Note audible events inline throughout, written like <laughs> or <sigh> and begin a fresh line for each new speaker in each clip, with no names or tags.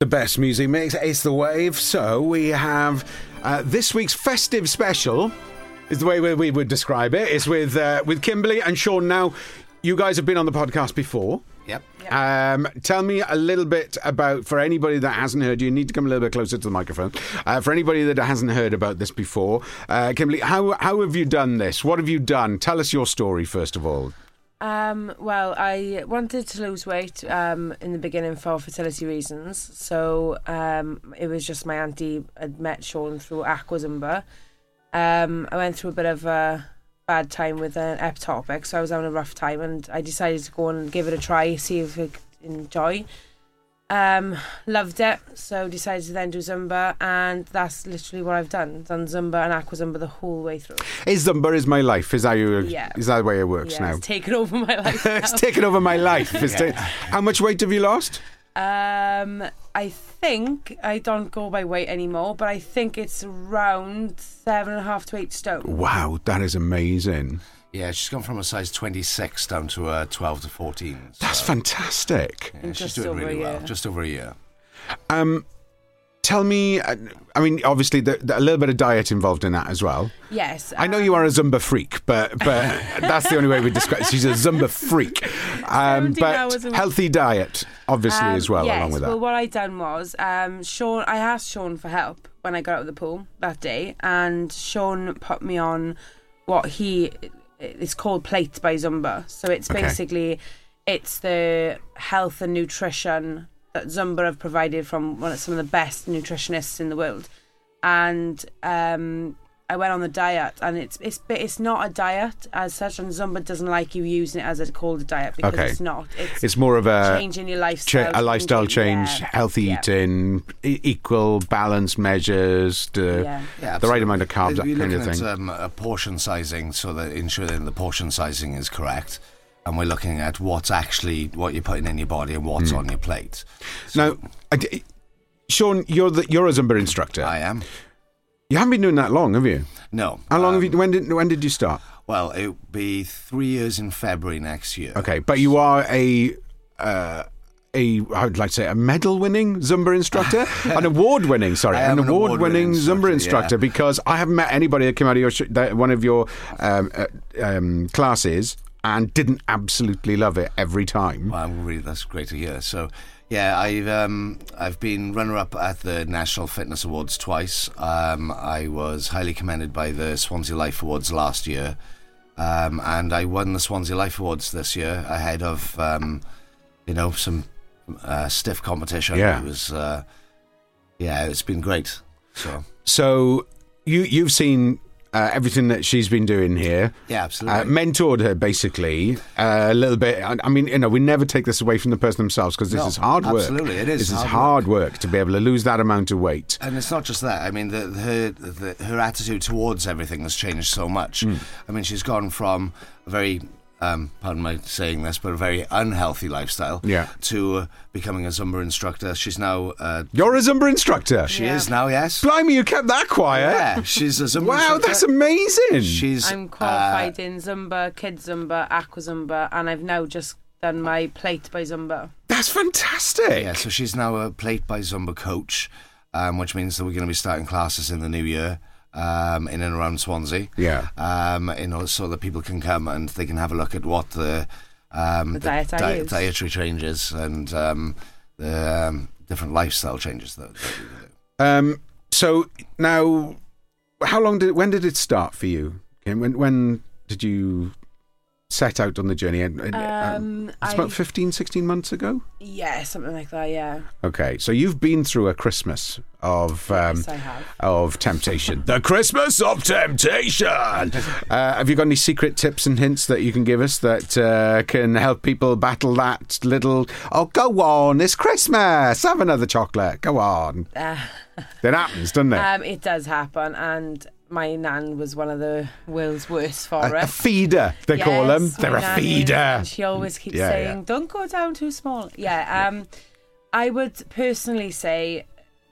The best music mix is the wave. So we have uh, this week's festive special. Is the way we, we would describe it. It's with uh, with Kimberly and Sean. Now, you guys have been on the podcast before.
Yep.
Um, tell me a little bit about for anybody that hasn't heard. You need to come a little bit closer to the microphone. Uh, for anybody that hasn't heard about this before, uh, Kimberly, how how have you done this? What have you done? Tell us your story first of all.
Um, well, I wanted to lose weight um, in the beginning for fertility reasons. So um, it was just my auntie had met Sean through Aquazumba. Um, I went through a bit of a bad time with an ectopic, so I was having a rough time, and I decided to go and give it a try, see if I could enjoy. Um, loved it, so decided to then do Zumba, and that's literally what I've done. Done Zumba and Aquazumba the whole way through.
Is Zumba is my life? Is that you?
Yeah.
Is that the way it works
Yeah,
now?
it's taken over my <laughs>
<laughs>
life.
it's
now.
taken over my life. It's ta- how much weight have you lost?
Um, I think I don't go by weight anymore, but I think it's around seven and a half to eight stone.
Wow, that is amazing.
Yeah, she's gone from a size 26 down to a 12 to 14. So,
That's fantastic.
yeah, she's
Just
doing
over a
really well.
year.
Just over a year.
Um, tell me, uh, I mean, obviously, the, the- a little bit of diet involved in that as well.
Yes,
I know you are a Zumba freak, but but <laughs> that's the only way we describe. She's a Zumba freak, um,
17
but
hours a week.
healthy diet, obviously,
Um,
as well,
yes,
along with that.
Well, what I done was, um, Sean. I asked Sean for help when I got out of the pool that day, and Sean put me on what he it's called Plate by Zumba. So it's
Okay.
basically it's the health and nutrition that Zumba have provided from one of some of the best nutritionists in the world, and um. I went on the diet, and it's it's but it's not a diet as such, and Zumba doesn't like you using it as a called a diet because
Okay.
it's not. It's,
it's more of a
changing your
Uh, cha-
lifestyle.
a lifestyle
changing-
change,
yeah,
healthy
yeah.
eating, e- equal balance measures, the,
Yeah.
Yeah,
the right
absolutely.
amount of carbs, that
You're
kind
looking
of thing.
At, um, a portion sizing, so that ensuring the portion sizing is correct, and we're looking at what's actually what you're putting in your body and what's on your plate.
Hmm. Now, I d- Sean, you're the you're a Zumba instructor.
I am.
You haven't been doing that long, have you?
No.
How long
um,
have you? When did when did you start?
Well, it'll be three years in February next year.
Okay, but you are a. Uh, a, I would like to say a medal-winning Zumba
<laughs>
instructor, an award-winning, sorry,
I
an
am an
award-winning
award-winning
Zumba
instructor,
instructor,
yeah.
because I haven't met anybody that came out of your sh- that one of your um, uh, um, classes and didn't absolutely love it every time.
Well, I'm really that's great to hear. So, yeah, I've um, I've been runner-up at the National Fitness Awards twice. Um, I was highly commended by the Swansea Life Awards last year, um, and I won the Swansea Life Awards this year ahead of um, you know some uh, stiff competition.
Yeah.
it was uh, yeah, it's been great. So
So you you've seen uh, everything that she's been doing here.
yeah, absolutely.
Uh, mentored her basically uh, a little bit. I, I mean, you know, we never take this away from the person themselves because this
No,
is hard work.
absolutely, it is
This is
hard
hard work. to be able to lose that amount of weight.
And it's not just that. I mean, the, her the, her attitude towards everything has changed so much.
Hmm.
I mean, she's gone from a very um, pardon my saying this, but a very unhealthy lifestyle.
Yeah.
To uh, becoming a Zumba instructor, she's now uh,
You're a Zumba instructor.
she is now yes.
Blimey, you kept that quiet.
Yeah, she's a Zumba.
Wow,
instructor.
that's amazing.
She's
I'm
uh,
qualified in Zumba, Kids Zumba, Aqua Zumba, and I've now just done my plate by Zumba.
that's fantastic.
Yeah, so she's now a plate by Zumba coach, um, which means that we're going to be starting classes in the new year um, in and around Swansea.
Yeah.
Um, you know, so that people can come and they can have a look at what the, um,
The diet I
di-
use.
dietary changes and um, the um, different lifestyle changes that, that we can do.
Um, so now, how long did when did it start for you? Kim? When when did you set out on the journey? And- and-
Um,
it's
I-
about 15, 16 months ago.
Yeah, something like that. Yeah,
Okay, so you've been through a Christmas of um,
yes, I have.
of temptation. the Christmas of temptation. Uh, have you got any secret tips and hints that you can give us that uh, can help people battle that little? Oh, go on! It's Christmas. Have another chocolate. Go on. It happens, doesn't it?
Uh, Um, it does happen, and my nan was one of the world's worst
<laughs>
for
a, a
it.
feeder, they
Yes,
call them.
my
They're a
nan is.
feeder.
She always keeps
Yeah,
saying,
yeah.
"Don't go down too small." Yeah. Um, I would personally say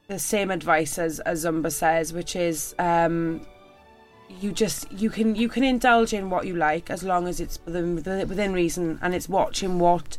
the same advice as, as Zumba says, which is um, you just you can you can indulge in what you like as long as it's within within within reason, and it's watching what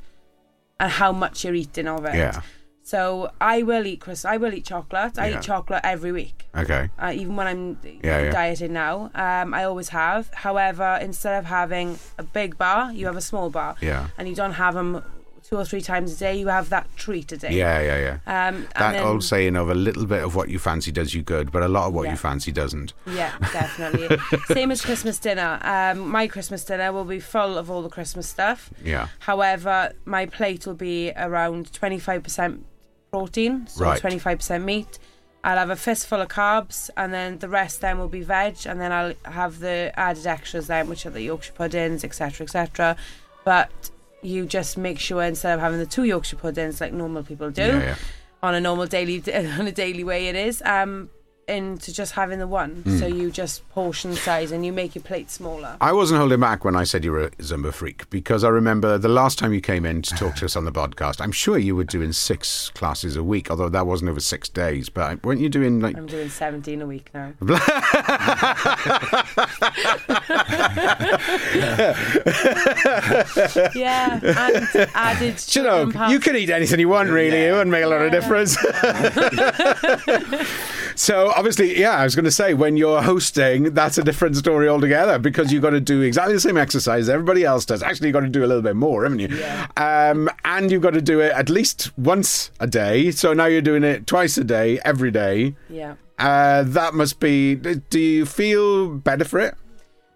and how much you're eating of it.
Yeah.
So I will eat crisps. I will eat chocolate. I
Yeah.
eat chocolate every week.
Okay.
uh, even when I'm
Yeah, yeah.
dieting now. Um, I always have. However, instead of having a big bar, you have a small bar.
Yeah.
And you don't have them two or three times a day. You have that treat a day.
Yeah, yeah, yeah.
Um,
that
and then,
old saying of a little bit of what you fancy does you good, but a lot of what
Yeah.
you fancy doesn't.
<laughs> Yeah, definitely. Same as Christmas dinner. Um, my Christmas dinner will be full of all the Christmas stuff.
Yeah.
However, my plate will be around 25% protein, so
Right.
25% meat. I'll have a fistful of carbs, and then the rest then will be veg, and then I'll have the added extras then, which are the Yorkshire puddings, etc., etc. But you just make sure instead of having the two Yorkshire puddings like normal people do
Yeah, yeah.
on a normal daily <laughs> on a daily way, it is um into just having the one.
Hmm.
So you just portion size and you make your plate smaller.
I wasn't holding back when I said you were a Zumba freak because I remember the last time you came in to talk to us on the podcast. I'm sure you were doing six classes a week, although that wasn't over six days. But I- weren't you doing like?
I'm doing 17 a week now. <laughs> yeah, and
<laughs>
added.
Do you know, you
can.
could eat anything you want, really. It wouldn't make a lot of difference. <laughs> so obviously, yeah, I was going to say when you're hosting, that's a different story altogether because you've got to do exactly the same exercise everybody else does. Actually, you've got to do a little bit more, haven't you? Um, and you've got to do it at least once a day. So now you're doing it twice a day, every day.
Yeah.
Uh, that must be. Do you feel better for it?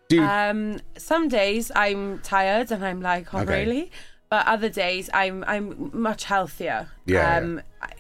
Do you,
Um, some days I'm tired and I'm like, oh
Okay.
really? But other days I'm I'm much healthier.
Yeah,
Um, I,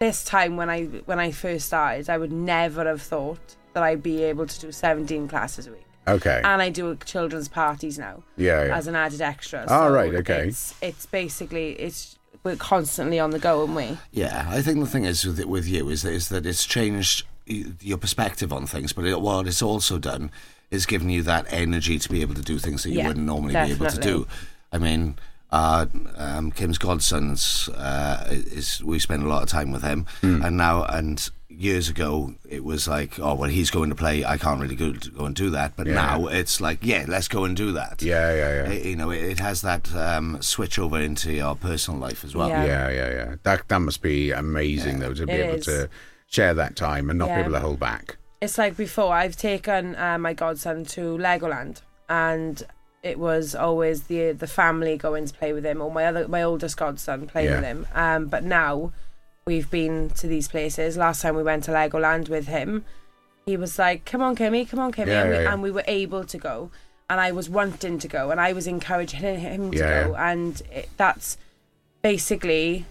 this time when I when I first started, I would never have thought that I'd be able to do 17 classes a week.
okay.
And I do children's parties now
Yeah, yeah.
as an added extra.
Ah,
So
right, okay.
It's, it's basically it's we're constantly on the go, aren't we?
Yeah, I think the thing is with, with you is that, is that it's changed y- your perspective on things, but it, what it's also done is given you that energy to be able to do things that you
Yeah,
wouldn't normally be able to
definitely.
do. I mean, uh, um, Kim's godson's uh, is we spend a lot of time with him, and now and years ago it was like, oh well, he's going to play. I can't really go, go and do that, but now it's like, yeah, let's go and do that.
yeah, yeah, yeah.
It- you know, it, it has that um, switch over into your personal life as well.
Yeah.
Yeah, yeah, yeah. That that must be amazing though to be
It
able
is.
to share that time and not be
Yeah.
able to hold back.
It's like before, I've taken uh, my godson to Legoland, and it was always the the family going to play with him, or my other my oldest godson playing
Yeah.
with him. Um, but now we've been to these places. Last time we went to Legoland with him, he was like, "Come on, Kimmy, come on, Kimmy,"
Yeah,
and, we,
yeah, yeah.
and we were able to go, and I was wanting to go, and I was encouraging him to
Yeah,
go,
yeah.
and it, that's basically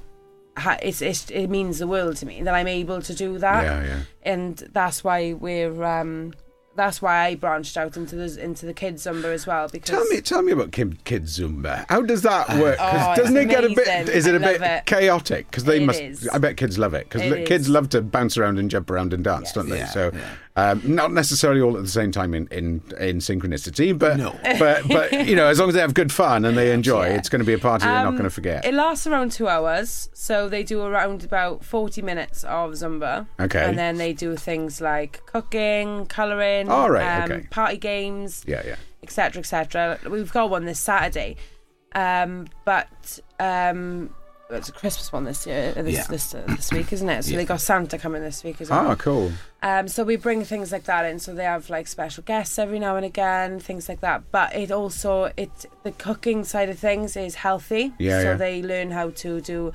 ha- it's, it's it means the world to me that I'm able to do that
yeah, yeah.
and that's why we're um that's why I branched out into the into the kids Zumba as well because
Tell me, tell me about Kim Kids Zumba. How does that work? 'Cause
Oh, it's
doesn't it get a bit?
amazing.
Is it
I
a bit
love it.
chaotic? Because they
It
must.
is.
I bet kids love it because
It
kids
is.
love to bounce around and jump around and dance, don't they?
Yeah,
so, um, not necessarily all at the same time in in, in synchronicity, but
No.
<laughs> but but you know, as long as they have good fun
<laughs>
and they enjoy, it's going to be a party they're not going to forget.
Um, it lasts around two hours so they do around about 40 minutes of Zumba
Okay.
and then they do things like cooking colouring
All right,
um,
okay.
party games
yeah, yeah.
etc etc we've got one this Saturday um but um it's a Christmas one this year uh, this
Yeah.
this, this week isn't it so they got Santa coming this week as well
Oh, cool.
Um, so we bring things like that in. So they have like special guests every now and again, things like that. But it also it the cooking side of things is healthy.
Yeah,
So
yeah.
they learn how to do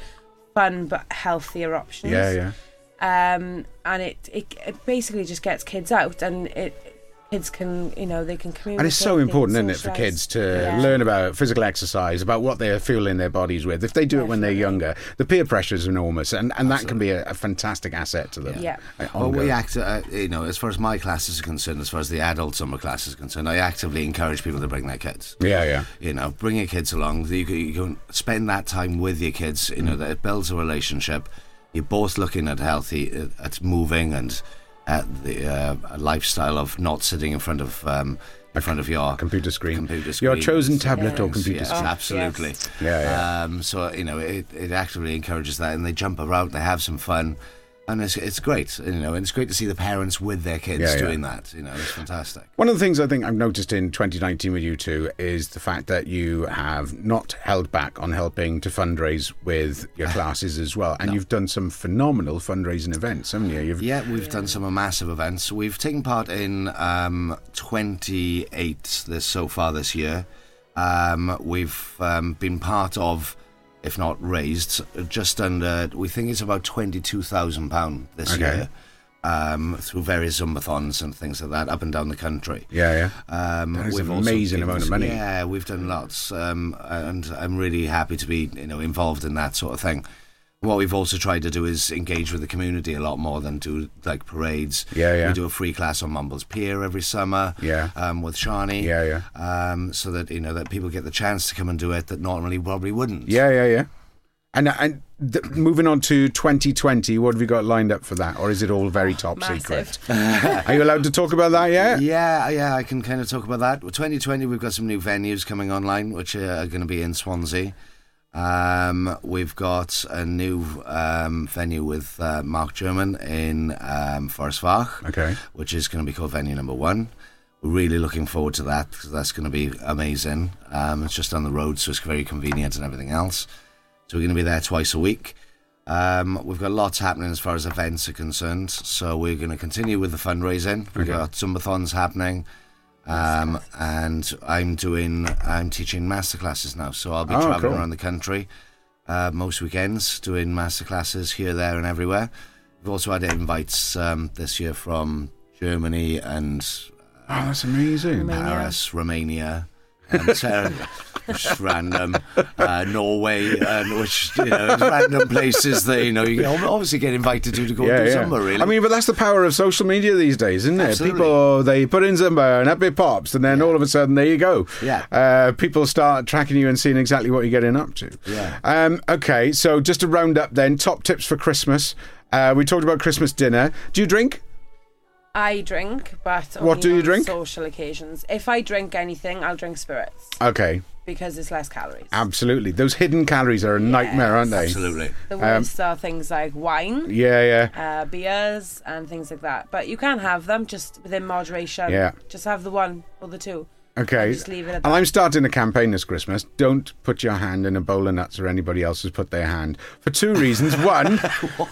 fun but healthier options.
Yeah, yeah.
Um, and it, it it basically just gets kids out, and it kids can you know they can communicate.
And it's so
they can
important, isn't it, for
socialise.
kids to
Yeah.
learn about physical exercise, about what they're fueling their bodies with. If they do it when they're younger, the peer pressure is enormous, and, and that can be a, a fantastic asset to them.
Yeah.
Like,
Well, we
ongoing.
act, uh, you know, as far as my class is concerned, as far as the adult summer class is concerned, I actively encourage people to bring their kids.
yeah, yeah.
You know, bring your kids along. You can, you can spend that time with your kids. You know, that it builds a relationship. You're both looking at healthy, uh, at moving, and at the uh, lifestyle of not sitting in front of um, in front of your
Computer screen.
computer screen.
Your chosen tablet or
Yeah.
computer
Yeah,
screen.
absolutely.
yes.
Yeah, yeah.
Um, so you know, it, it actively encourages that, and they jump around, they have some fun, and it's, it's great, you know, and it's great to see the parents with their kids
Yeah, yeah.
doing that. You know, it's fantastic.
One of the things I think I've noticed in 2019 with you two is the fact that you have not held back on helping to fundraise with your classes as well. And you've done some phenomenal fundraising events, haven't you? You've,
Yeah, we've done some massive events. We've taken part in um, 28 this so far this year. Um, we've um, been part of, if not raised, just under. We think it's about twenty-two thousand pound this
Okay.
year um, through various zumbathons and things like that up and down the country.
yeah, yeah.
Um,
That is
we've
an
also
amazing
given-
amount of money.
Yeah, we've done lots, um, and I'm really happy to be you know involved in that sort of thing. What we've also tried to do is engage with the community a lot more than do like parades.
Yeah, yeah.
We do a free class on Mumbles Pier every summer.
Yeah.
Um, with Shani.
Yeah, yeah.
Um, so that you know that people get the chance to come and do it that normally probably wouldn't.
Yeah, yeah, yeah. And, and th- moving on to 2020, what have you got lined up for that? Or is it all very top
Massive.
secret?
<laughs>
Are you allowed to talk about that yet?
Yeah, yeah, I can kind of talk about that. Well, 2020, we've got some new venues coming online, which are going to be in Swansea. Um, we've got a new um, venue with uh, Mark German in um, Forest Vach,
Okay.
which is going to be called Venue Number One. We're really looking forward to that 'cause that's going to be amazing. Um, it's just on the road, so it's very convenient and everything else. So we're going to be there twice a week. Um, we've got lots happening as far as events are concerned. So we're going to continue with the fundraising. We've got Zumbathons happening. Um, and I'm doing, I'm teaching masterclasses now. So I'll be
Oh,
traveling
cool.
around the country uh, most weekends doing masterclasses here, there, and everywhere. We've also had invites um, this year from Germany and
Oh, that's amazing.
Romania.
Paris, Romania, and Ser- just random uh, Norway, and which you know random places that you know you can obviously get invited to to go and do somewhere. Really,
I mean, but that's the power of social media these days, isn't it?
Absolutely.
People they put in Zumba and up it pops, and then all of a sudden there you go.
Yeah.
Uh, people start tracking you and seeing exactly what you're getting up to.
Yeah.
Um, okay, so just to round up then, top tips for Christmas. Uh, we talked about Christmas dinner. Do you drink?
I drink, but
What
only
do you
on
drink?
Social occasions. If I drink anything, I'll drink spirits
Okay,
because it's less calories.
Um, absolutely. Those hidden calories are a nightmare, aren't they?
absolutely.
the worst
um,
are things like wine,
Yeah, yeah.
uh, beers, and things like that. But you can have them just within moderation.
Yeah.
Just have the one or the two.
Okay. Oh,
just leave it at
and
that.
I'm starting a campaign this Christmas. Don't put your hand in a bowl of nuts or anybody else has put their hand for two reasons. One,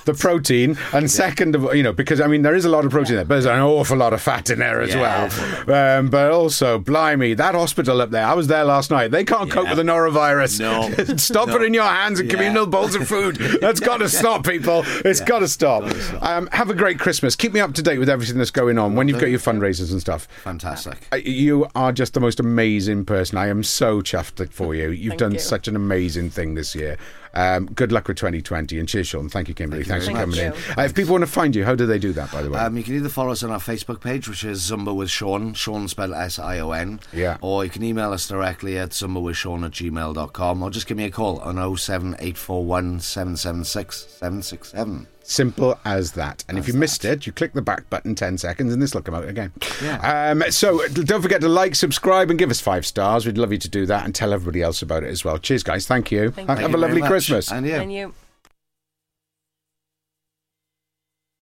the protein, and second of all, you know, because I mean, there is a lot of protein there, but there's an awful lot of fat in there as
Yeah.
well. Um, but also, blimey, that hospital up there, I was there last night. They can't cope
Yeah.
with the norovirus.
No.
<laughs> stop
No.
putting your hands in
Yeah.
communal bowls of food. That's got to stop, people. It's got to stop. Um, have a great Christmas. Keep me up to date with everything that's going on when you've got your fundraisers and stuff.
Fantastic.
Uh, You are just the most amazing person. I am so chuffed that- for you. You've
Thank
done
you.
such an amazing thing this year. Um, good luck with 2020 and cheers, Sean. Thank you, Kimberly. Thanks for
very
coming
much.
in.
Thank
Uh, if people want to find you, how do they do that, by the way?
Um, you can either follow us on our Facebook page, which is Zumba with Sean, Sean spelled S I O N.
Yeah.
Or you can email us directly at zumbawithshawn at gmail.com or just give me a call on 07841 776 767.
Simple as that. And if you missed it, you click the back button 10 seconds and this will come out again.
Yeah.
Um, so uh, don't forget to like, subscribe, and give us five stars. We'd love you to do that and tell everybody else about it as well. Cheers, guys. Thank you.
Thank
have
you.
have a lovely Christmas.
And you.
And you.